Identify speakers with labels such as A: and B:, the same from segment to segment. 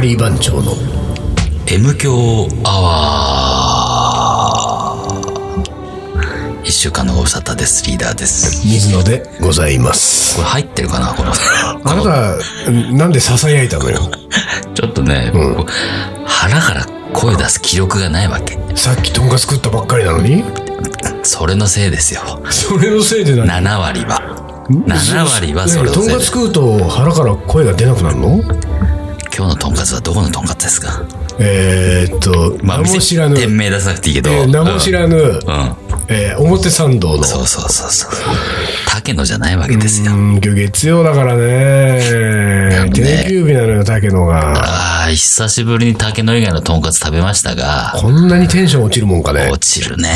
A: リー番長の
B: M 強アワー一週間のご無沙汰ですリーダーです
A: 水野でございます
B: これ入ってるかなこの
A: あなたなんで囁いたのよ
B: ちょっとね、こう腹から声出す気力がないわけ
A: さっきとんかつ食ったばっかりなのに
B: それのせいですよ
A: それのせいで何
B: 7割は7割はそれの
A: とん
B: せい
A: か
B: で
A: つ
B: す
A: 食うと腹から声が出なくなるの
B: 今日のとんかつはどこのとんかつですか
A: えー、っと、名も
B: 店
A: 知らぬ、
B: 店名出さなくていいけど、
A: えー名も知らぬ、
B: うん、うん
A: えー表参道の
B: そうそうそうそう竹野じゃないわけですよ
A: うん今日月曜だからね
B: んで
A: 定休日なのよ竹野が
B: ああ久しぶりに竹野以外のとんかつ食べましたが
A: こんなにテンション落ちるもんかね
B: 落ちるね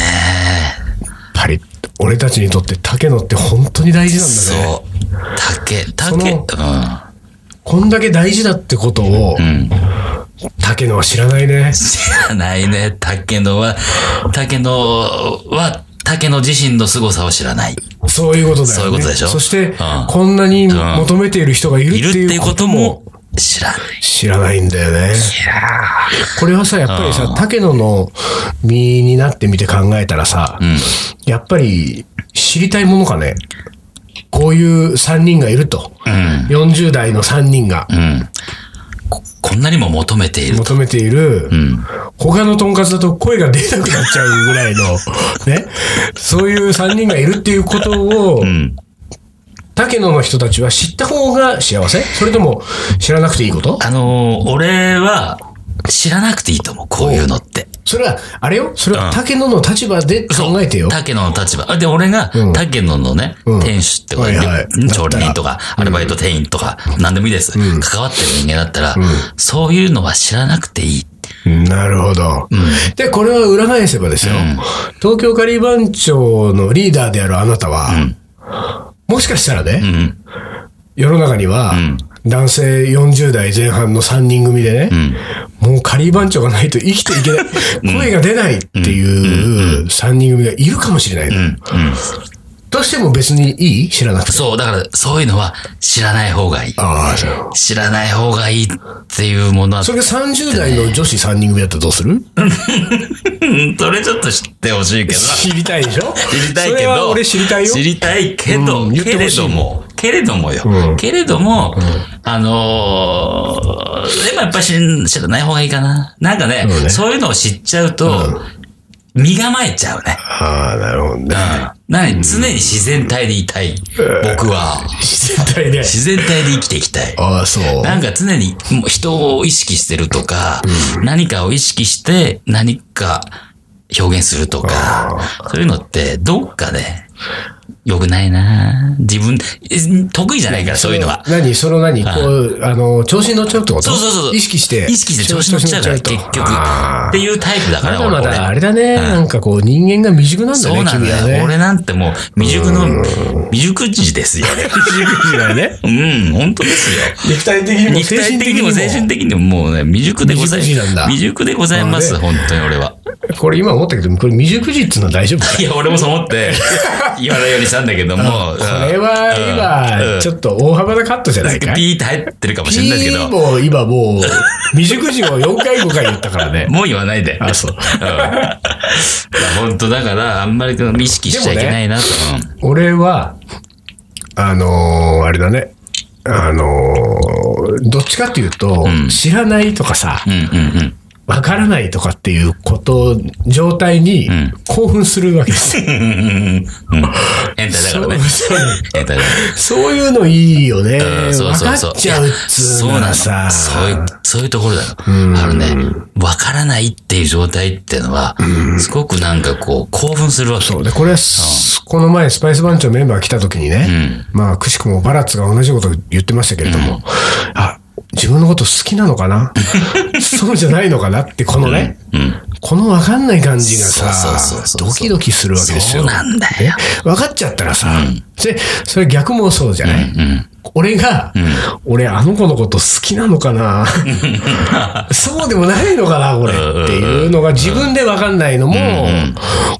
A: パリッ俺たちにとって竹野って本当に大事なんだね
B: そう竹
A: そ
B: 竹
A: のこんだけ大事だってことを、
B: うんうん
A: 竹野は知らないね
B: 知らないね竹野は竹野は竹野自身の凄さを知らない
A: そういうことだよね
B: そういうことでしょ
A: そして、
B: うん
A: こんなに求めている人がいる
B: いるっ
A: ってて
B: い
A: いうう
B: こ
A: ことと
B: も
A: も
B: 知らない
A: 知らないんだよね
B: いや
A: これはさやっぱりさ竹野の身になってみて考えたらさ、やっぱり知りたいものかねこういう3人がいると、40代の3人が
B: うんここんなにも求めている
A: 求めている、
B: うん
A: 他のとんかつだと声が出なくなっちゃうぐらいの、ね、そういう3人がいるっていうことを、
B: ん
A: 竹野の人たちは知った方が幸せそれとも知らなくていいこと
B: あのー俺は知らなくていいと思うこういうのって
A: それは、あれよそれは竹野の立場で考えてよ。
B: 竹野の立場。あで、俺が、竹野のね、
A: ん
B: 店主ってか、
A: はいはい
B: で調理人とか、アルバイト店員とか、何でもいいです。関わってる人間だったら、そういうのは知らなくていい。
A: なるほど。で、これは裏返せばですよ。東京カリー番長のリーダーであるあなたは、もしかしたらね、
B: うん。
A: 世の中には、男性40代前半の3人組でね、もう仮番長がないと生きていけ ない、声が出ないっていう3人組がいるかもしれない。どうしても別にいい知らなくて。
B: そう、だから、そういうのは知らない方がいい。
A: ああ、そう。
B: 知らない方がいいっていうものは、
A: それが30代の女子3人組だったらどうする
B: うんそれちょっと知ってほしいけど。
A: 知りたいでしょ
B: 知りたい
A: そ
B: け
A: れは
B: ど、
A: 俺知りたいよ。
B: 知りたいけど、
A: うん言っ
B: け
A: てほ
B: れ
A: しい
B: ども、けれどもよ。
A: うん
B: けれども、あのーでもやっぱし知らない方がいいかな。なんか
A: そ
B: ね、
A: うね
B: そういうのを知っちゃうと、身構えちゃうね。
A: ああ、なるほどね。
B: なに、常に自然体でいたい。僕は。
A: 自然体で。
B: 自然体で生きていきたい。
A: ああ、そう。
B: なんか常にもう人を意識してるとか、何かを意識して何か表現するとか、そういうのってどっかで良くないな自分、え得意じゃないからそういうのは。
A: 何その何こう、あの、調子に乗っちゃうってこと
B: そうそうそう。
A: 意識して。
B: 意識して調子乗っちゃうから、結局。
A: あ
B: っていうタイプだか
A: ま
B: ら、
A: だまだあ
B: 俺
A: れだね、なんかこう人間が未熟なんだね、
B: そうなん
A: 君は
B: だよ。
A: ね。
B: 俺なんてもう、未熟の、未熟児です よ。
A: 未熟だね。
B: うん、本当ですよ。
A: 肉体的にも
B: 肉
A: 精
B: 体
A: 神
B: 的
A: 的
B: に
A: に
B: も
A: も。
B: 精神的にももうね、未熟でござい
A: 未熟児なんだ
B: 未熟でございます、本当に俺は。
A: これ今思ったけど、これ未熟児っていうのは大丈夫か
B: いや、俺もそう思って、言わないようにしたんだけども、うん
A: これは
B: う
A: 今、
B: ん
A: ちょっと大幅なカットじゃないかい。
B: ピーって入ってるかもしれないです
A: ピ
B: け
A: ー
B: ど、
A: も今もう、未熟児を4回5回言ったから ね。
B: もう言わないで。
A: あ、そう。
B: うんいや本当だから、あんまり意識しちゃいけないなと。
A: 俺は、あのーあれだね。あのーどっちかっていうと、知らないとかさ、
B: うん、うん、うんうん。
A: わからないとかっていうこと、状態に
B: ん
A: 興奮するわけですよ。
B: うんうんうんうん。変態だからね。
A: そう
B: 変態だから。
A: そういうのいいよね。
B: うん
A: 分かっちゃうっつうのはさ、
B: そうなのそういう、そういうところだよ。あのね、わからないっていう状態っていうのは、すごくなんかこう、興奮するわけ。
A: そうで、これはす、この前、スパイス番長メンバー来た時にね、まあ、くしくもバラッツが同じこと言ってましたけれども、あ、自分のこと好きなのかなそうじゃないのかなって、このね、この分かんない感じがさ
B: そうそうそう、そう
A: ドキドキするわけです
B: そう
A: よ。
B: なんだよ。
A: 分かっちゃったらさ、で、それ逆もそうじゃない、俺が、俺あの子のこと好きなのか なそうでもないのかなこれっていうのが自分で分かんないのも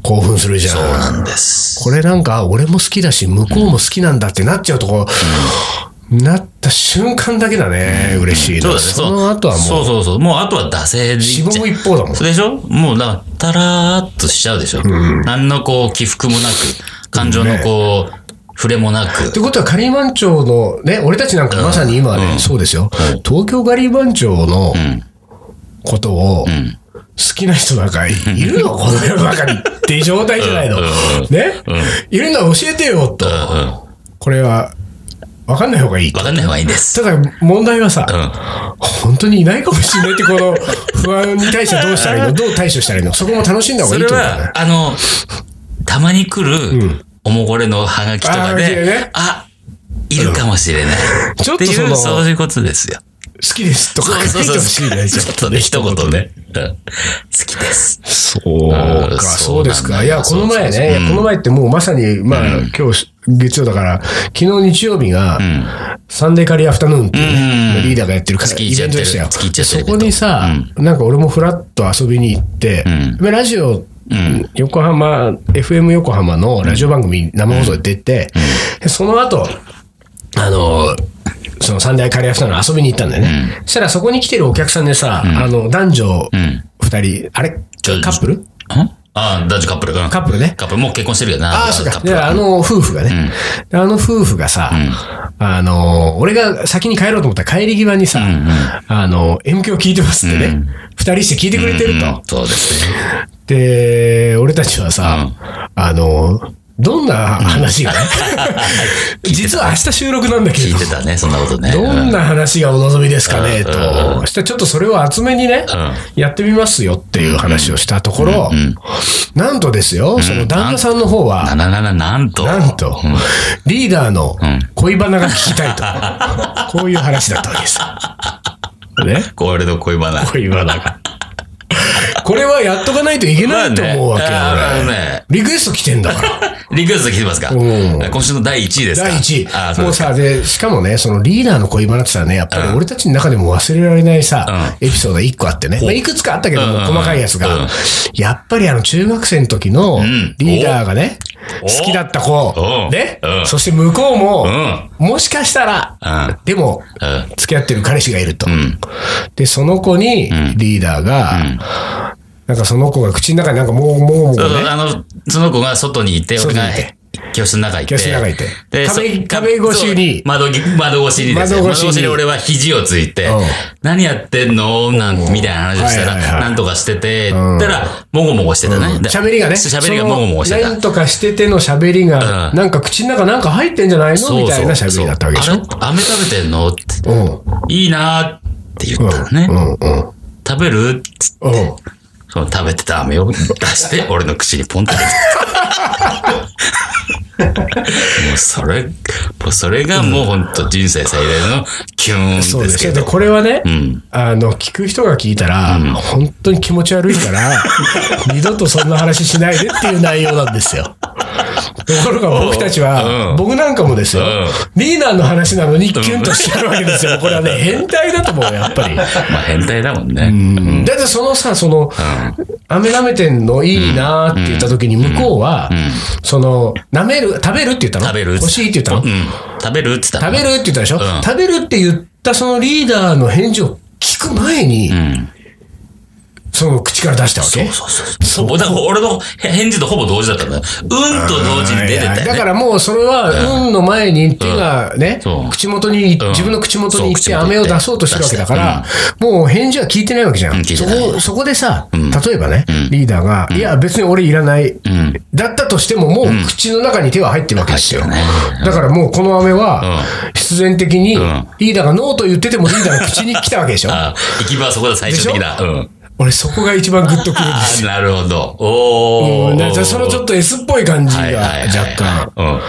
A: 興奮するじゃん。
B: そうなんです。
A: これなんか、俺も好きだし、向こうも好きなんだってなっちゃうとこう、なった瞬間だけだね、嬉しい
B: そ
A: の
B: うだね。
A: そうの後は
B: そ
A: も
B: うそうそう。もうあとは惰性で
A: う、
B: い
A: 死
B: っちゃ
A: 亡一方だもん。
B: でしょもうだから、たらーっとしちゃうでしょ、何のこう起伏もなく、感情のこう、触れもな
A: っ
B: く。
A: てことは、ガリバン町の、ね、俺たちなんかまさに今ね、そうですよ、東京ガリバン町の
B: ん
A: ことを、
B: ん
A: 好きな人なんかいるの、この世の中 にっていう状態じゃないの。
B: うん
A: ね、いるのは教えてよ、と
B: うん。うん。
A: これは、わかんない方がいい。
B: わかんない方がいいです。
A: ただ、問題はさ、
B: うん。
A: 本当にいないかもしれないって、この 不安に対してどうしたらいいのどう対処したらいいのそこも楽しんだ方が
B: そ
A: いい
B: れ
A: と思うんだよ
B: は
A: ね、。
B: あの、たまに来る、おもこれのハガキとか
A: あーいいね
B: で、あ、いるかもしれない。
A: ちょっ
B: って
A: とそ
B: い
A: の
B: う、そういうことですよ。
A: 好きですとか書いてほしいね。
B: ちょっとね、一言ね。うん好きです。
A: そう
B: う
A: か、
B: ん
A: そうです
B: そう
A: か。
B: なんだ
A: いや、この前ね、いやこの前ってもうまさに、まあ、今日、月曜だから、昨日日曜日が、サンデーカリーアフタヌーンっていう
B: う
A: ね
B: ん
A: リーダーがやってるから
B: 月
A: イ
B: 一
A: ベントでしたよ
B: やってる月一や。って
A: そ
B: る
A: こにさ、なんか俺もフラッと遊びに行って、でラジオ、横浜、FM 横浜のラジオ番組生放送で出て、でその後、あの、その三大カレー屋さんの遊びに行ったんだよね。そしたらそこに来てるお客さんでさ、あの、男女二人、あれ
B: ちょ
A: カップル
B: んあ、男女カップル。うん
A: カップルね。
B: カップル、もう結婚してるけどな。
A: ああ、そう
B: カ
A: か。
B: ップル
A: で、あの夫婦がね、であの夫婦がさ、あの、俺が先に帰ろうと思ったら帰り際にさ、あの、M 響聞いてますってね、二人して聞いてくれてると。
B: うんそうですね。
A: で、俺たちはさ、あの、どんな話 がね、実は明日収録なんだけ
B: 聞い
A: ど、
B: てたね、そんなことね。
A: どんな話がお望みですかね、と。そしてちょっとそれを厚めにね、やってみますよっていう話をしたところ、なんとですよ、その旦那さんの方は、
B: なななな、なんと。
A: なんと、リーダーの恋バナが聞きたいと、 こういう話だったわけです。ね
B: これの恋バナ。
A: 恋バナが。これはやっとかないといけないと思うわけよ、
B: まあねあーあの
A: 俺
B: ね
A: リクエスト来てんだから。
B: リクエスト来てますか
A: うん
B: 今週の第1位ですか
A: 第一
B: あー
A: 位。
B: そう
A: もう
B: です
A: さ、
B: か
A: で、しかもね、そのリーダーの恋バナってさね、やっぱり俺たちの中でも忘れられないさ、エピソード1個あってね。まあ、いくつかあったけども、
B: うん
A: 細かいやつ
B: う
A: が
B: ん。
A: やっぱりあの、中学生の時の
B: ん
A: リーダーがね、
B: お
A: 好きだった子
B: お、
A: ね
B: う、ん
A: そして向こうも
B: う、ん。
A: もしかしたら、
B: う
A: でも、
B: うん。
A: 付き合ってる彼氏がいると。で、その子に、リーダーが、なんかその子が口の中になんかもう、もう、もう
B: そうそう
A: ね、
B: あの、その子が外にいて、
A: 外
B: 俺
A: にい
B: が
A: て
B: 教室の中にいて。
A: 教室の中にいて
B: で
A: 壁
B: そ
A: 壁越しに
B: そう窓ぎ、窓越しにですよ。
A: 窓越
B: 窓越
A: し
B: し
A: に
B: に俺は肘をついて
A: うん、
B: 何やってんのなんみたいな話をしたら、
A: はいはいはい
B: なんとかしてて、ったら、もごもごしてたね。で
A: 喋りがね、
B: 喋りがもごもごして
A: その
B: た
A: なん。とかしてての喋りが、
B: うん
A: なんか口の中なんか入ってんじゃないの
B: そう
A: みたいな
B: そう
A: 喋りだったわけでし
B: あ
A: ょ
B: れ。飴食べてんのって。
A: うん。
B: いいなーって言ったのね。
A: うん。うん。
B: 食べるって
A: うん。
B: その食べてた飴を 出して、俺の口にポンって出てきた。もうそれ、もうそれがもう本当人生最大のキューンで
A: そうですす
B: け
A: よ。で、
B: ど。
A: これはね、
B: ん
A: あの、聞く人が聞いたら、本当に気持ち悪い から、二度とそんな話しないでっていう内容なんですよ。ところが僕たちは、
B: うん
A: 僕なんかもですよ、
B: う
A: リーダーの話なのにキュンとしてるわけですよ。これは ね、変態だと思うよ、やっぱり。
B: まあ変態だもんね。
A: だってそのさ、その、飴舐めてんのいいなーって言った時に向こうは、その、舐める、食べるって言ったの
B: 食べる
A: 欲しいって言ったの、
B: うん。食べるって言った
A: 食
B: の
A: べるって言ったでしょ、
B: ん
A: 食べるって言ったそのリーダーの返事を聞く前に、その口から出したわけ
B: そうそうそう。そうだから俺の返事とほぼ同時だったんだよ。うんと同時に出て
A: はいはいだ
B: た
A: か
B: よね。
A: らもうそれは、運の前に手がね、
B: そう
A: 口元に、
B: うん
A: 自分の口元に行って
B: そう口元に
A: 飴を
B: 行って
A: 出そうとしてるわけだから、もう返事は聞いてないわけじゃ
B: うん
A: ん。
B: 聞い
A: そ
B: てない
A: こ、そこでさ、例えばね、リーダーが、いや別に俺いらない、だったとしてももう口の中に手は入ってるわけですよ。
B: 入ってる
A: だからもうこの飴は、必然的に、リーダーがノーと言っててもリーダーの口に来たわけでしょ
B: あ行き場はそこだ最終的な。うん。
A: 俺そこが一番グッとくるんで
B: あ
A: すよ。
B: なるほど。 お
A: う
B: ー。
A: んなんかそのちょっと S っぽい感じが
B: はいはいはい
A: 若干。
B: うん。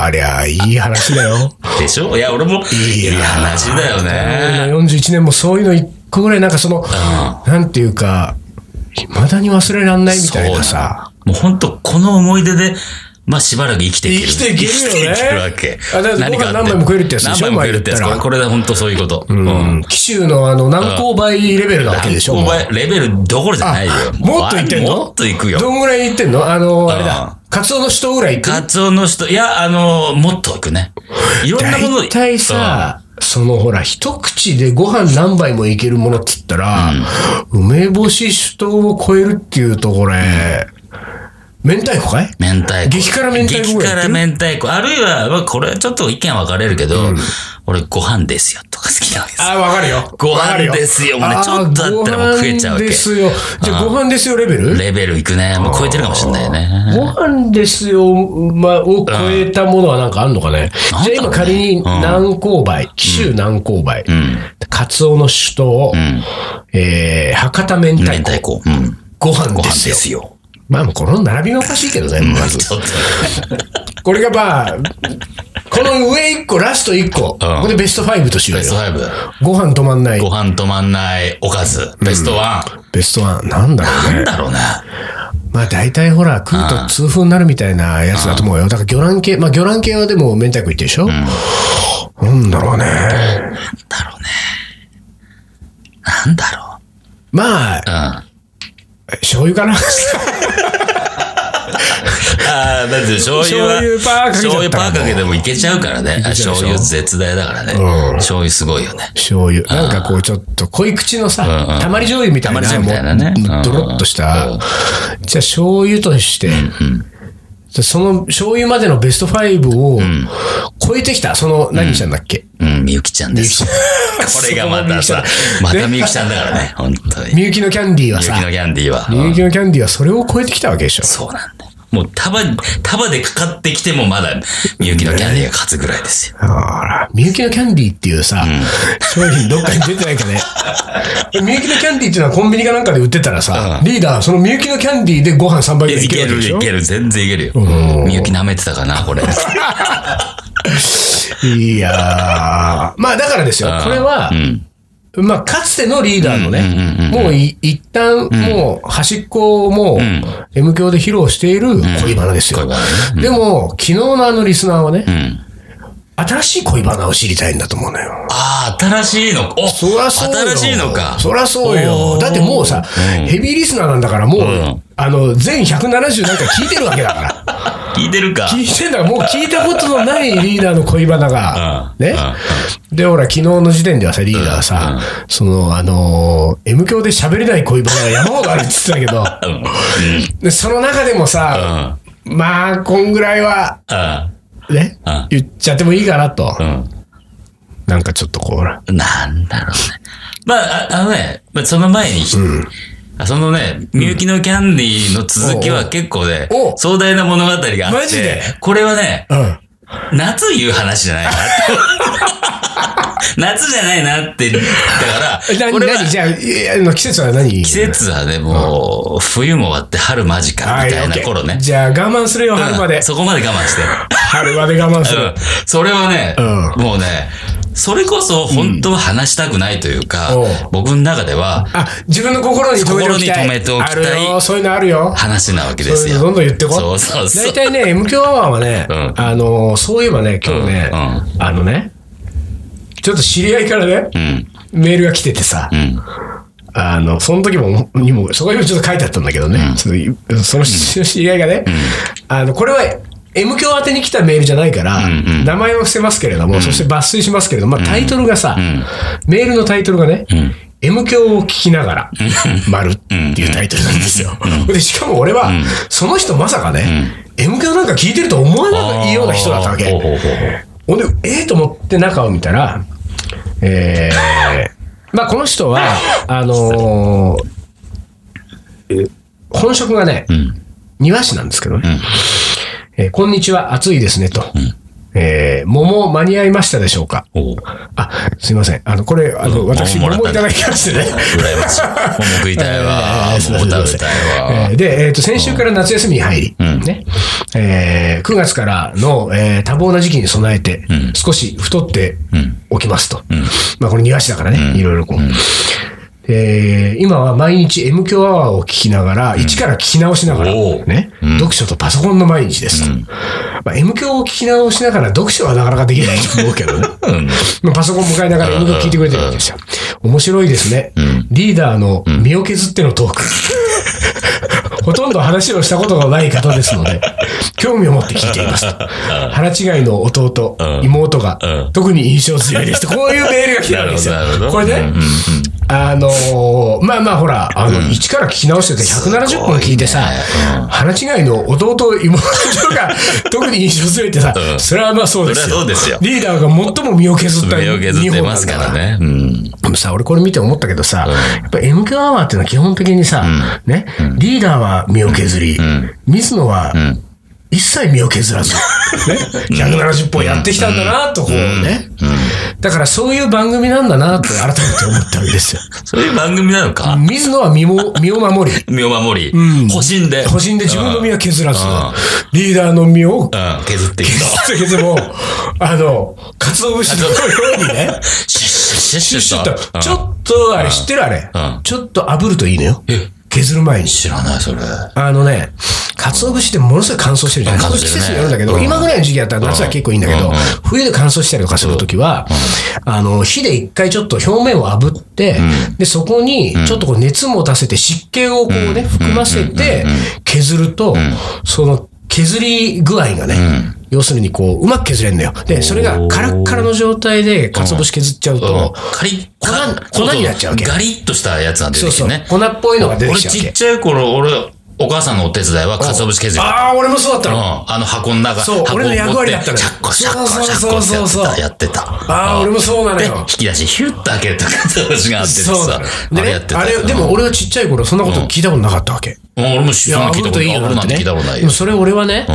A: ありゃ、いい話だよ。
B: でしょいや、俺も、いい話だよね。
A: 俺の41年もそういうの一個ぐらいなんかその、なんていうか、未だに忘れらんないみたいなさ。
B: もう本当この思い出で、まあしばらく生きていける。
A: 生きていけるよね
B: 生きていけるわけ。
A: あだって
B: 何かあ
A: ご飯何杯も食えるってやつで
B: 何
A: しょ
B: 杯も食えるってやつ。
A: 前言
B: こ
A: った
B: れ、
A: ら
B: これだ、本当そういうこと。う
A: うん。紀州のあの、何勾倍レベルなわけでしょ。もう
B: 購買レベルどころじゃないよ。
A: もっといってんの
B: もっといくよ。
A: どんぐらいいってんのあの、あれ
B: うん
A: だ。カツオの人ぐらい行く
B: カツオの人、いや、あの、もっと行くね。いろんなもの
A: 大体さ、そのほら、一口でご飯何杯もいけるものっつったら、梅干し主刀を超えるっていうとこれ、明太子かい
B: 明太子。
A: 激辛明太子ぐ
B: 激
A: らいやって
B: 辛
A: る
B: 明太子。あるいは、まあ、これはちょっと意見分かれるけど、俺ご飯ですよとか好きなんです。
A: あ、わかるよ。
B: ご飯
A: わかるよ
B: ですよもうね
A: あー
B: ちょっとだったらもう食えちゃうわけ
A: ご飯ですよ。じゃあ、ご飯ですよレベル
B: レベルいくね。もう超えてるかもしれないよね。
A: ご飯ですよ、ま、を超えたものはなんかあんのかね
B: うん
A: じゃあ今仮に南高梅、紀州南高梅、カツオの主刀、えー、博多明
B: 明
A: 太
B: 太
A: 子、
B: 子。うん。
A: ご飯
B: ご
A: で
B: 飯
A: すよ。
B: ですよ。
A: まあもうこの並びがおかしいけどね、まず。
B: ちょっと。
A: これがまあ、この上一個、ラスト一個、ここでベスト5としよ
B: ベ
A: う
B: ス
A: よ
B: ト。5。
A: ご飯止まんない
B: ご。飯止まんないおかず。ベストワン。
A: ベストワン。なんだろうね
B: なんだろうね。
A: まあ大体ほら、食うと痛風になるみたいなやつだと思うよ。だから魚卵系、まあ魚卵系はでも明太子いってるでしょ、なんだろうね。
B: なんだろ
A: まあ、
B: う。うん。あ
A: 醤 油かな
B: あ、だって醤油
A: 醤
B: は。
A: 油パーかけちゃったら
B: 醤油パーかけてもいけちゃうからね。あ醤油絶大だからね。醤油すごいよね。
A: 醤油。なんかこうちょっと濃い口のさ、
B: うんうん
A: たまり醤油みたいな。
B: たまり醤油みたいなね
A: もう
B: うん
A: ドロッとした。じゃあ醤油として、その醤油までのベスト5を超えてきた。その、何ちゃんだっけ、
B: うん、みゆきちゃんです。 これがまたさ、またみゆきちゃんだからね、本当に。み
A: みゆきのキャンディーは
B: ゆき
A: さ
B: の、キャンディーは。
A: みゆきのキャンディーはそれを超えてきたわけでしょ。
B: そうなんだよ。もう束、束でかかってきてもまだみゆきのキャンディーが勝つぐらいですよ。
A: あら、みゆきのキャンディーっていうさ、商品どっかに出てないかね。 みゆきのキャンディーっていうのはコンビニかなんかで売ってたらさ、リーダー、そのみゆきのキャンディーでご飯3杯ぐらい
B: い
A: いける
B: け
A: わけ
B: る
A: でし
B: い
A: ょ
B: ける、全然いけるよ。みゆき舐めてたかな、これ。
A: いやー。まあだからですよ、これは
B: う、ん。
A: まあかつてのリーダーのね、もうい一旦もう端っこをもう M 響で披露している恋バナですよ
B: 恋バ。
A: でも、昨日のあのリスナーはね
B: う、ん。
A: 新しい恋バナを知りたいんだと思うのよ。
B: ああ、新しいのお
A: そらそうよ。
B: 新しいのか。
A: そらそう
B: お
A: よ。
B: ー
A: だってもうさ、
B: うん
A: ヘビーリスナーなんだから、もう、
B: ん
A: あの、全170なんか聞いてるわけだ から。
B: 聞いてるか。
A: 聞いてんだから、もう聞いたことのないリーダーの恋バナが、
B: うん
A: ね。で、ほら、昨日の時点ではさ、リーダーさ、その、あのー、M 教で喋れない恋バナが山ほどあるって言ってたけど、
B: うん。うん。
A: でその中でもさ、まあ、こんぐらいは、ね
B: うん、
A: 言っちゃってもいいかなと。
B: うん。
A: なんかちょっとこう、ほら。
B: うん。なんだろうね。まあ、ああのね、まあ、その前に、あそのね、みゆきのキャンディーの続きは結構ね
A: おう、
B: 壮大な物語があって、
A: マジで
B: これはね、
A: うん。
B: 夏言う話じゃない なって夏じゃないなって、だから、
A: 何、
B: これは
A: 何じゃあ、いやあの季節は何
B: 季節はね、もう、冬も終わって春間近みた
A: はい
B: いな頃
A: オッケー
B: ね。
A: じゃあ我慢するよ、
B: うん
A: 春まで。
B: そこまで我 慢して。
A: 春まで我慢す
B: う
A: る
B: ん。それはね、もうね、それこそ本当は話したくないというか、
A: うんおう
B: 僕の中では
A: あ、自分の心に留めておきたい。
B: 心に留めておきたい
A: あるよ、そういうのあるよ。
B: 話なわけで
A: そう
B: す
A: いうの
B: よ。
A: どんどん言ってこ。
B: そうそうそう
A: 大体ね、M 響アワーはね、
B: うん
A: あのー、そういえばね、今日ね、
B: うん
A: あのね、ちょっと知り合いからね、
B: うん。
A: メールが来ててさ、
B: うん。
A: あの、その時も、にも、そこにもちょっと書いてあったんだけどね、そのその知り合いがね、あの、これは、M 教宛てに来たメールじゃないから、
B: んうん
A: 名前を伏せますけれども、そして抜粋しますけれども、まあ、タイトルがさ、メールのタイトルがね、M 教を聞きながら、丸っていうタイトルなんですよ。で、しかも俺は、その人まさかね、M 教なんか聞いてると思わないような人だったわけ。
B: ほうほうほう
A: ほ
B: ほ
A: んで、ええと思って中を見たら、えー、 まあこの人は、あのーえ本職がね、庭師なんですけどね、えーこんにちは、暑いですねと。えー桃間に合いましたでしょうか
B: う。おう
A: あ、すいません。あの、これ、あの、
B: うん
A: 私、
B: 桃もら
A: 桃
B: っ
A: い
B: たん
A: た
B: だ
A: だきましてね。
B: 羨ましい。もう食いたい わ
A: え。ー
B: もう食べたいわ
A: え。ーで、えっ、と、先週から夏休みに入り、ね、えー9月からの、えー多忙な時期に備えて、少し太っておきますと。まあ、これ庭師だからね、いろいろこう。えー今は毎日 M 響アワーを聞きながら、一から聞き直しながら、
B: おー
A: ね、読書とパソコンの毎日ですと。まあ、M 響を聞き直しながら読書はなかなかできないと思うけどね。まあ、パソコン迎えながら M 響聞いてくれてるわけですよ。 面白いですね。リーダーの身を削ってのトーク。ほとんど話をしたことがない方ですので、興味を持って聞いていますと。腹違いの弟、
B: うん
A: 妹が、
B: うん
A: 特に印象強いですと。こういうメールが来てるんですよ
B: なるほどなる。
A: こ
B: ほど
A: れね、あのーまあまあほら、あの、一から聞き直してて170本聞いてさ、腹違いの弟、妹が 特に印象強いってさ、
B: うん
A: それはまあそうですよ。
B: それはそうですよ
A: リーダーが最も身を削った
B: 目を削ってますからね。うん。
A: でもさ、俺これ見て思ったけどさ、やっぱ m q アワーっていうのは基本的にさ、ね、リーダーは身を削り、水野は、一切身を削 らず、ね、170本やってきたんだなと、こうね。だからそういう番組なんだなって改めて思ったわけ ですよ。
B: そういう番組なのか
A: 水野は身も、身を守り、
B: 身を守り、
A: ん
B: 保身で。
A: 保身で自分の身は削らず
B: うんうん、
A: リーダーの身を
B: うん、削って いくと。
A: 削っても、あの、鰹節のように ね、
B: シュッシュッシュッ
A: ち
B: シ
A: ょ
B: ュ
A: っ
B: ッ
A: と
B: と。うん、
A: ちょっと、あれ知ってるあれ
B: うん。
A: ちょっと炙るといいのよ
B: え。
A: 削る前に。
B: 知らない、それ。
A: あのね、鰹節ってものすごい乾燥してるじゃない
B: 乾燥
A: 季
B: してるね
A: 節によるんだけど、今ぐらいの時期だったら夏は結構いいんだけど、冬で乾燥したりとかするときは、あの、火で一回ちょっと表面を炙って、で、そこにちょっとこう熱持たせて湿気をこうね、含ませて削ると、その削り具合がね、要するにこう、うまく削れるのよ。で、それがカラッカラの状態で鰹節削っちゃうと、
B: カリッ、
A: 粉
B: カ
A: 粉になっちゃうわけ
B: ガリッとしたやつが出
A: そ
B: て
A: う
B: きて
A: そう、
B: ね。
A: 粉っぽいのが出て
B: 俺
A: きちゃうわ
B: ちっ
A: け。
B: ちゃい頃、俺、お母さんのお手伝いは、かつお節削り。
A: ああ、俺もそうだった
B: うん
A: の。
B: あの箱の中、
A: そう
B: 箱
A: 俺の役割だったの
B: シ
A: よ
B: ャッコシャッコ
A: そう
B: シャ
A: そ
B: ッコ
A: う
B: ってや
A: そう
B: って
A: そう
B: た、やってた。
A: ああ、俺もそうなの
B: で、
A: よ
B: 引。き出し、ヒュッと開けると、かつお節があってて
A: そうなの
B: さ
A: よ。
B: あれ
A: で
B: やっ
A: ね
B: てた。
A: あれ、でも俺がちっちゃい頃そんなこと聞いたことなかったわけ。
B: うん、俺もそんな聞いたことない。
A: 炙
B: 俺
A: る
B: なんて聞いたことない
A: で
B: よ
A: も。それ俺はね、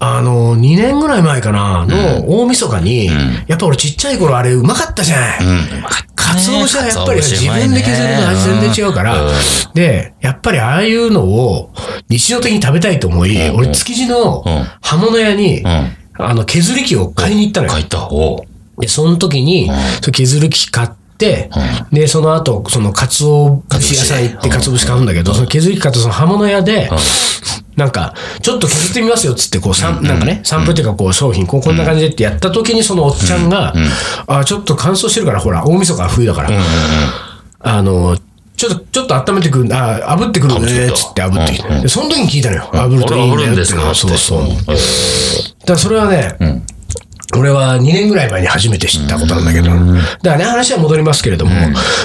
A: あの、2年ぐらい前かな、の大晦日に、やっぱ俺ちっちゃい頃あれうまかったじゃない。かつお節はやっぱりね自分で削ると味全然違うから、で、やっぱりああいうのを日常的に食べたいと思い、俺築地の
B: うん
A: 刃物屋に、
B: うん。
A: あの、削り器を買いに行ったのよ
B: 書。いた。おう
A: で、その時に、その削る木買って、で、その後、その、かつお節屋さん行って、かつお節買うんだけど、その削り木買って、その刃物屋で、なんか、ちょっと削ってみますよっつって、こう、さんなんかね、サンプルっていうか、こう、商品、こうこんな感じでってやった時に、そのおっちゃんが、あ、ちょっと乾燥してるから、ほら、大晦日は冬だから、あの、ちょっと、ちょっと温めてくる、あ、炙ってくるね、つって炙ってきて。で、その時に聞いたのよ。炙るといいん
B: 俺
A: だよっ
B: 炙るん
A: て
B: ですか
A: そうそう。
B: ってうん
A: だからそれはね、俺は2年ぐらい前に初めて知ったことなんだけど、だからね、話は戻りますけれども、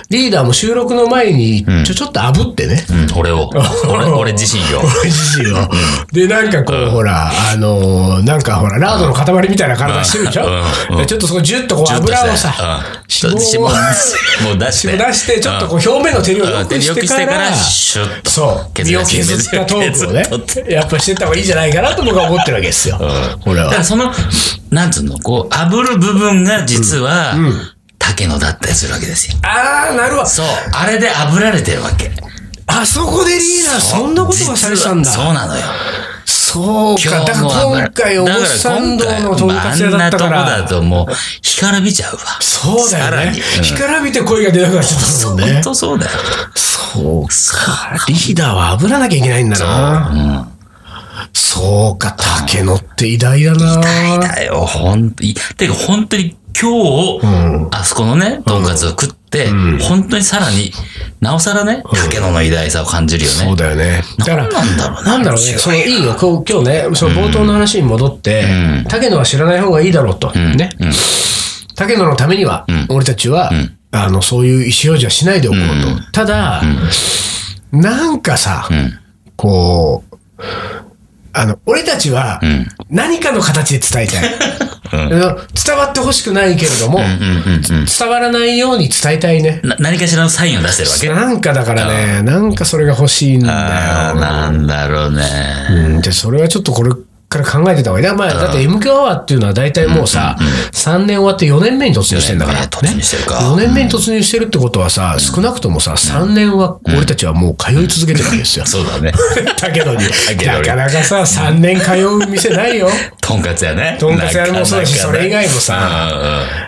A: リーダーも収録の前にちょちょっと炙ってね、
B: うん俺を。 俺、俺自身よ。
A: 俺自身を。で、なんかこう、ほら、あのーなんかほら、ラードの塊みたいな体してるでしょ
B: うん
A: でちょっとそこジュッとこう油をさ、
B: ちょっ
A: 脂
B: として
A: 肪
B: うん
A: を
B: 脂肪を出して。
A: 出して、ちょっとこう表面の照りを良くしてから、
B: シュッと。
A: そう、身を削ったトークをね
B: 削って、
A: やっぱしてった方がいいんじゃないかなと僕は思ってるわけですよ。俺
B: だか
A: は
B: ら。その、なんつうの、こう、炙る部分が実は、竹野だったりするわけですよ。
A: あー、なるわ。
B: そう。あれで炙られてるわけ。
A: あそこでリーダー、そんなことがされてたんだ。
B: 実はそうなのよ。
A: そうか。だから今回、おも参道のとんかつ屋だったか
B: あんなとこだ
A: ら。
B: ともう、干からびちゃうわ。
A: そうだよね。
B: さ
A: 干からびて声が出なくなっちゃったもん
B: らに。本
A: ね。
B: 当そうだよ。
A: そうか。リーダーは炙らなきゃいけないんだな。そうか、竹野って偉大だな。
B: 大だよ、ほんとに。てか、本当に今日、あそこのね、とんかつを食って、本当にさらに、なおさらね、竹野の偉大さを感じるよ
A: そう
B: ね。
A: だよね。だから、
B: 何なんだろうな
A: なんだろうね。そのいいよ。こう今日ね、その冒頭の話に戻って、竹野は知らない方がいいだろうと。ね。竹野のためには、俺たちは、あの、そういう意思表示はしないでおこうと。ただ、なんかさ、こう、あの、俺たちは、何かの形で伝えたい。あの伝わってほしくないけれども、伝わらないように伝えたいね。
B: な何かしらのサインを出してるわけ。
A: なんかだからね、なんかそれが欲しいんだよ。
B: あーなんだろうね。
A: うん、じゃあそれはちょっとこれから考えてた方がいい。だからまあ、だって MQ アワーっていうのは大体もうさ、3年終わって4年目に突入してんだから。
B: 4年目に突入してるか
A: 4年目に突入してるってことはさ、少なくともさ、3年は俺たちはもう通い続けてるわけですよ。
B: そう だね。
A: だけどに
B: け。ど
A: な
B: に
A: かなかさ、3年通う店ない よ。
B: とんかつやね。
A: とんかつ屋もそうだし
B: なかなかね
A: それ以外もさ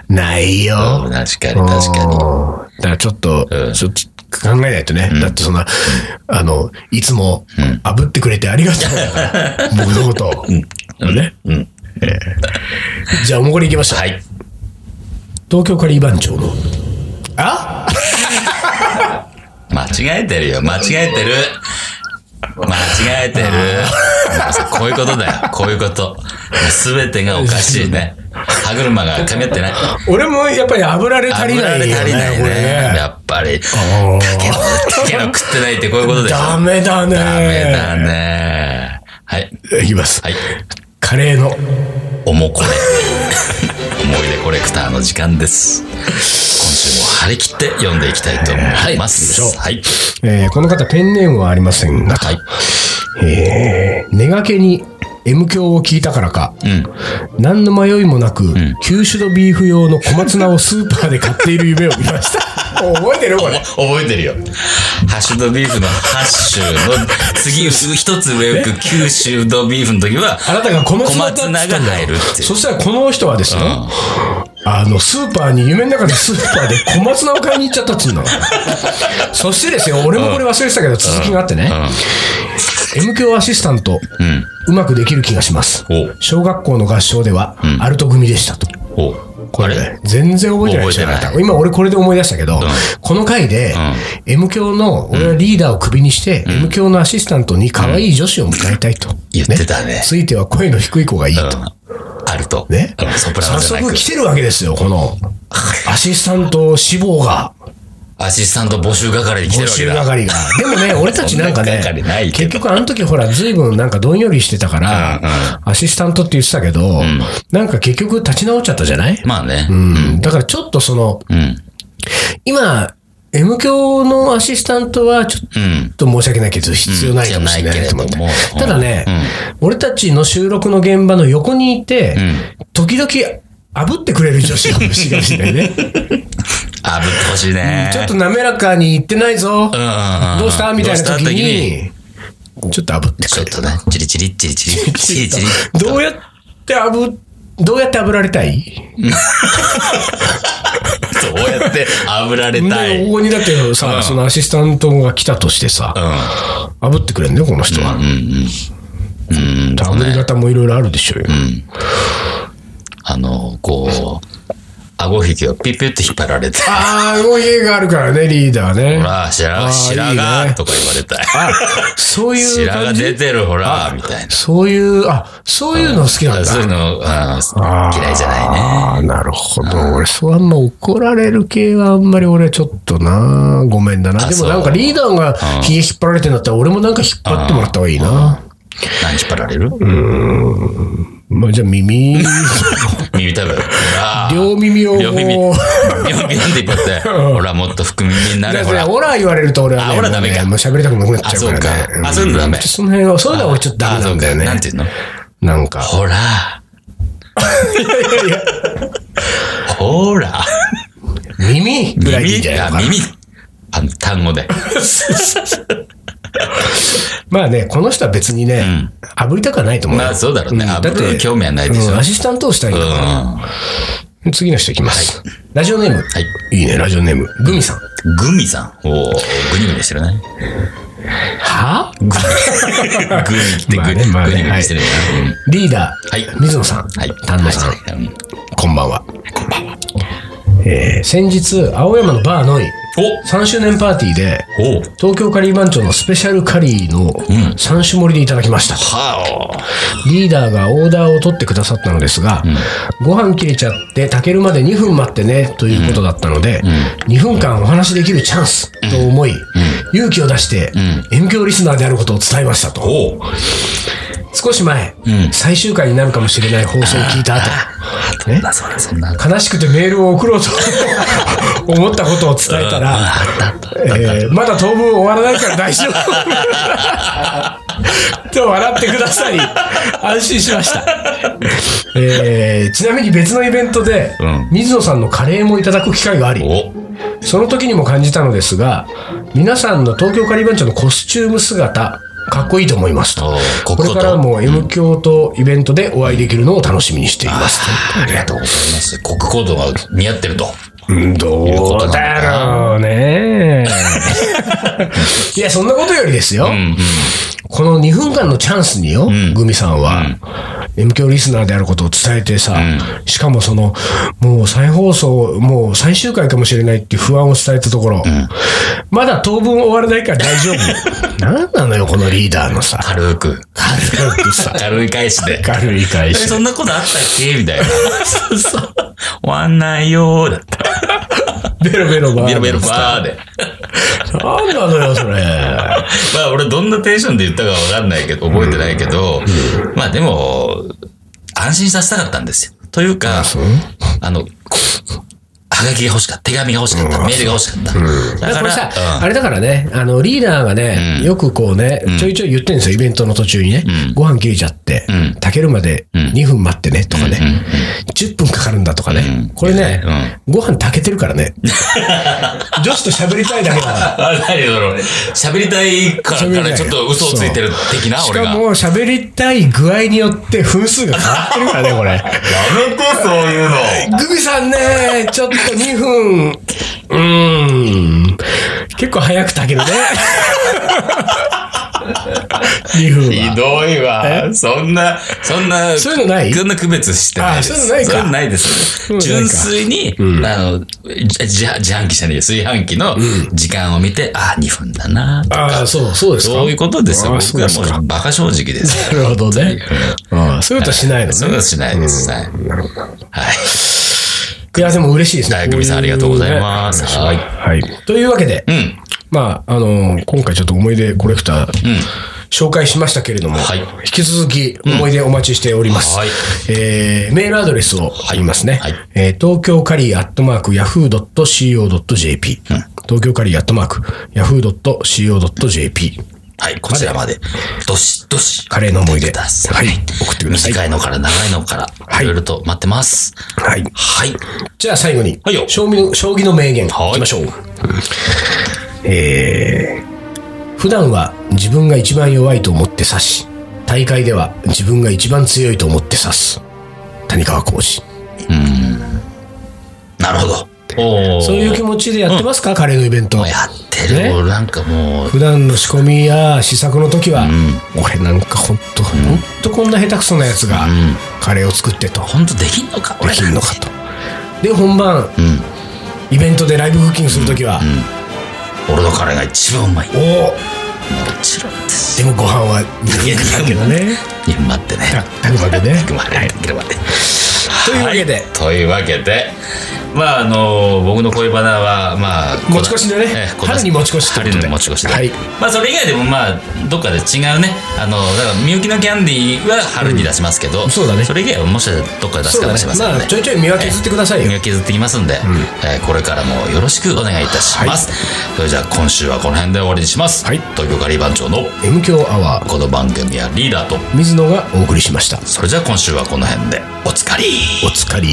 A: ないよ
B: うんうん。。確かに確かに。
A: に。だからちょっと、
B: うん
A: ちょっと考えないとね。だってそんな、あの、いつも炙ってくれてありがとうだから。僕のことを。ね。ええじゃあ、おもこり行きましょう。
B: はい。
A: 東京カリー番長の。あ
B: 間違えてるよ、間違えてる。間違えてる。こういうことだよ。こういうこと。すべてがおかしいね。歯車がかみ合ってない。
A: 俺もやっぱり油で足りな
B: 油
A: いよ、
B: で
A: ね。
B: 足りない
A: こ
B: ね。
A: れね。
B: やっぱり。
A: おー
B: かけろ食ってないってこういうことでしょ。
A: ダメだね。
B: ダメだね。はい。
A: いきます。
B: はい。
A: カレーの。
B: おもこれ。思い出コレクターの時間です。今週も張り切って読んでいきたいと思います。はい。
A: えーこの方ペンネームはありませんが、
B: はい。
A: えー、寝がけに M 響を聞いたからか、
B: うん。
A: 何の迷いもなく、九州のビーフ用の小松菜をスーパーで買っている夢を見ました。 覚えてるこれ。
B: 覚えてるよ。ハッシュドビーフのハッシュの次、一つ上を行く九州ドビーフの時は、
A: あなたが小松
B: 小
A: 菜だっつ
B: 松
A: った
B: 菜
A: んだ
B: が
A: よ
B: 入るっていう
A: そ。したらこの人はですね、あの、スーパーに、夢の中のスーパーで小松菜を買いに行っちゃったっつ うの。そしてですよ、俺もこれ忘れてたけど、続きがあってね、M 響アシスタント、うまくできる気がします。小学校の合唱では、アルト組でしたと。
B: お、お、あれ
A: 全然覚えてないでしょ
B: 覚えてない
A: あなた今俺これで思い出したけど、この回で、M 教の、俺はリーダーをクビにして、M 教のアシスタントに可愛い女子を迎えたいと。
B: 言ってたね
A: ついては声の低い子がいいと。
B: あると。
A: ね
B: うんソプラノ
A: 早
B: じゃな
A: 速
B: く。
A: 来てるわけですよ、この、アシスタント志望が、
B: アシスタント募集係に来
A: 募
B: てるわけ
A: 集
B: だ。
A: 係が。でも ね、俺たちなんか
B: そん
A: ね
B: な係ない、け
A: 結
B: ど
A: 局あの時ほら、随分なんかどんよりしてたから、アシスタントって言ってたけど、なんか結局立ち直っちゃったじゃない
B: まあね。
A: うん。だからちょっとその、
B: うん。
A: 今、M 教のアシスタントはちょっ
B: うん。
A: と申し訳ないけど、必要ないかもしれないと思って
B: うんじゃないけれど。も
A: ただね、俺たちの収録の現場の横にいて、時々、炙ってくれる女子が欲しいかもしれない ね。
B: あぶってほしいね。
A: ちょっと滑らかに言ってないぞ。
B: うんうんうん、
A: どうしたみたいな時
B: どうした
A: に、ちょっと炙って
B: ちょ
A: く
B: っとね、チリチリチリチリチリチリ。
A: れ。どうやって炙、どうやって炙られたい
B: どうやって炙られた
A: で
B: い。
A: ここにだってさ、そのアシスタントが来たとしてさ、炙ってくれるんだよ、この人は。
B: うん。
A: ダブり方もいろいろあるでしょうよ。
B: あの、こう、顎引きをピュピュって引っ張られて、
A: ああ、動きがあるからね、リーダー
B: ほ
A: ね。
B: ら、
A: あ
B: 白
A: ー
B: 白
A: いいね
B: 髪とか言われたい。
A: そういう
B: 白
A: 感
B: 髪出
A: じ
B: てる、ほら、みたいな。
A: そういう、あ、そういうの好きなんだ。
B: そういうの、あ
A: あ
B: ー
A: ー
B: 嫌いじゃないね。
A: ああ、なるほど。俺、そうあんま怒られる系はあんまり俺ちょっとな、ごめんだな。でも
B: そう
A: なんかリーダーが髭引っ張られてんだったら、俺もなんか引っ張ってもらった方がいいな。
B: 何引っ張られる
A: まあじゃあ耳、
B: 耳たぶ。あー
A: 両耳を
B: 両耳。
A: も
B: 両
A: う。
B: 耳なんて引っ張って。ほら、もっと含耳になれ、
A: だ
B: ほ
A: から
B: ら。
A: オラ言われると俺はね、
B: あオラダメ
A: も
B: か
A: うねもう喋りたくなくなっ
B: あ、
A: ちゃう
B: そう
A: か
B: から
A: ね。。
B: あ、そういうのダメ。
A: その辺は、そういうのは俺ちょっとダメなんだよ
B: あそうかなん
A: ね。
B: ていうの
A: なんか。
B: ほら。ほら。
A: 耳ぐらいでいいんじゃないのかな
B: 耳あ耳あ単語で。
A: まあね、この人は別にね、炙りたくはないと思うよ。
B: まあそうだろうね
A: ん
B: 炙る
A: だって
B: 興味はないでしょ
A: うんアシスタントをしたいんだ
B: うん。
A: から。
B: は
A: 次の人いきます。ラジオネーム。
B: い。
A: いいね、ラジオネーム。グミさん。
B: グミさん。おお、グニグニして るね。
A: は
B: グニグニってグ
A: まあねま
B: ニ、
A: あね
B: グニグニしてるね。
A: リーダー。
B: はい
A: 水野さん。
B: うんはい。
A: 丹野さん。
B: はいうん
A: こんばんは。えー先日、青山のバーノイ、3周年パーティーで、
B: おお
A: 東京カリー番長のスペシャルカリーの3種盛りでいただきました。
B: は
A: リーダーがオーダーを取ってくださったのですが、ご飯切れちゃって炊けるまで2分待ってねということだったので、2分間お話しできるチャンスと思い、勇気を出して、遠距リスナーであることを伝えました
B: お
A: と。
B: おお
A: 少し前、
B: ん
A: 最終回になるかもしれない放送を聞いた後、
B: そんな、そんな、そんな。
A: 悲しくてメールを送ろうと 思ったことを伝えたら、えーまだ当分終わらないから大丈夫。 と笑ってくださり、安心しました。えーちなみに別のイベントで、
B: うん
A: 水野さんのカレーもいただく機会があり、
B: お
A: その時にも感じたのですが、皆さんの東京カリバンチョのコスチューム姿、かっこいいと思いますと。
B: おこ
A: これからも M 教とイベントでお会いできるのを楽しみにしています。
B: ありがとうございます。国コードが似合ってると。
A: うんどうだろうね。 いや、そんなことよりですよ。
B: うんうん。
A: この2分間のチャンスによ、グミさんは、 M 響リスナーであることを伝えてさ、しかもその、もう再放送、もう最終回かもしれないっていう不安を伝えたところ、まだ当分終わらないから大丈 夫。なんなのよ、このリーダーのさ、
B: 軽く。
A: 軽くさ、
B: 軽い返しで。
A: 軽い返
B: え、
A: し
B: そ。んなことあったっけみたいな。 そうそう。終わんないよーだった。
A: ベロベロバー。
B: ベロベロバーで。
A: なんなのよ、それ。
B: まあ俺どんなテンションで言ったかわかんないけど、覚えてないけど、まあでも、安心させたかったんですよ。というか、あの、こはがきが欲しかった、手紙が欲しかった、メールが欲しかった。だか
A: これ
B: ら
A: さ、、あれだからね、あの、リーダーがね、よくこうね、ちょいちょい言ってんですよ、イベントの途中にね。ご飯切れちゃって、炊けるまで2分待ってね、とかね。10分かかるんだとかね。これね、ご飯炊けてるから ね。女子と喋りたいだけだか
B: あれ何だろう。喋りたいから
A: 喋りたい
B: からちょっと嘘をついてる的な
A: ら。、し
B: 俺が。
A: か
B: や
A: も、喋りたい具合によって分数が変わってるからね、こ れ。
B: めて、そういうの。
A: グビさんね、ちょっと2分、うーん。結構早く 炊けるね。2分は
B: ひ。どいわ。そんな、そんな、
A: そういうのない
B: そんな区別してないです。
A: あそういうのないか
B: そんないです。
A: ういうのない
B: 純
A: か
B: 粋に、あの、じじ自販機じゃねえよ炊飯器の時間を見て、あ、2分だな。
A: ああ、そう、そうですか。
B: そういうことですよ。
A: あそ
B: 僕
A: う
B: は
A: ですか
B: もうバカ正直です。
A: なるほどね。ああそういうことはしないの
B: そういう
A: ね。
B: ことしないです。はい。はい。
A: いや、でも嬉しいですね。
B: はい、グミさんありがとうございます。
A: こ
B: は
A: う
B: い
A: いう。ねはい。というわけで
B: う、ん。
A: まあ、あの、今回ちょっと思い出コレクター、紹介しましたけれども、
B: はい
A: 引き続き思い出お待ちしております。
B: はい
A: えーメールアドレスを言いますね。
B: はい
A: えー東京カリーアットマーク yahoo.co.jp、東京カリーアットマーク yahoo.co.jp
B: はい、こちらまで、どしどし、
A: カレーの思い出
B: 送ってくださ
A: はいい送ってください
B: 短いのから長いのから、
A: い
B: いろいろと待ってます。
A: はい。
B: はい。
A: じゃあ最後に、
B: はいよ
A: 将棋の将棋の名言、
B: はい
A: いきましょう。えー普段は自分が一番弱いと思って指し、大会では自分が一番強いと思って指す。谷川浩司。
B: なるほど。おー
A: そういう気持ちでやってますか、彼のイベント。
B: やってる。
A: ね
B: 俺なんかもう、
A: 普段の仕込みや試作の時は、俺なんかほんと、ほんとこんな下手くそなやつが、カレーを作ってと、
B: 本当できんのか、
A: で
B: 俺
A: きるのかと。で、本番、イベントでライブブッキングする時は、
B: 俺のカレーが一番うまい。も
A: おお
B: ちろんです。
A: でもご飯はい
B: や、
A: だけどね。
B: 日本待ってね。
A: 炊くまでね。
B: 頑張れ、頑張れ。
A: というわけで
B: はいというわけで、まあ、あの、僕の恋バナは、まあ、
A: 持ち越しでね
B: ええこだ
A: 春に持ち越しってことで
B: 春に持ち越しで。
A: はい
B: まあ、それ以外でも、まあ、どっかで違うね、あの、だから、みゆきのキャンディーは春に出しますけど、
A: んそうだね
B: それ以外はもしかしたらどっかで出
A: そ
B: す
A: うだ
B: かも
A: ね
B: しれま。せん
A: ま
B: の
A: あ、
B: で。
A: ちょいちょい身は削ってくださいよ
B: 身。を削ってきますんで、えーこれからもよろしくお願いいたします、それじゃあ今週はこの辺で終わりにします、
A: はい
B: 東京カリー番長の
A: M 強アワ
B: この番組はリーダーと
A: ー、水野がお送りしました。
B: それじゃあ今週はこの辺でおつかり
A: おつかり。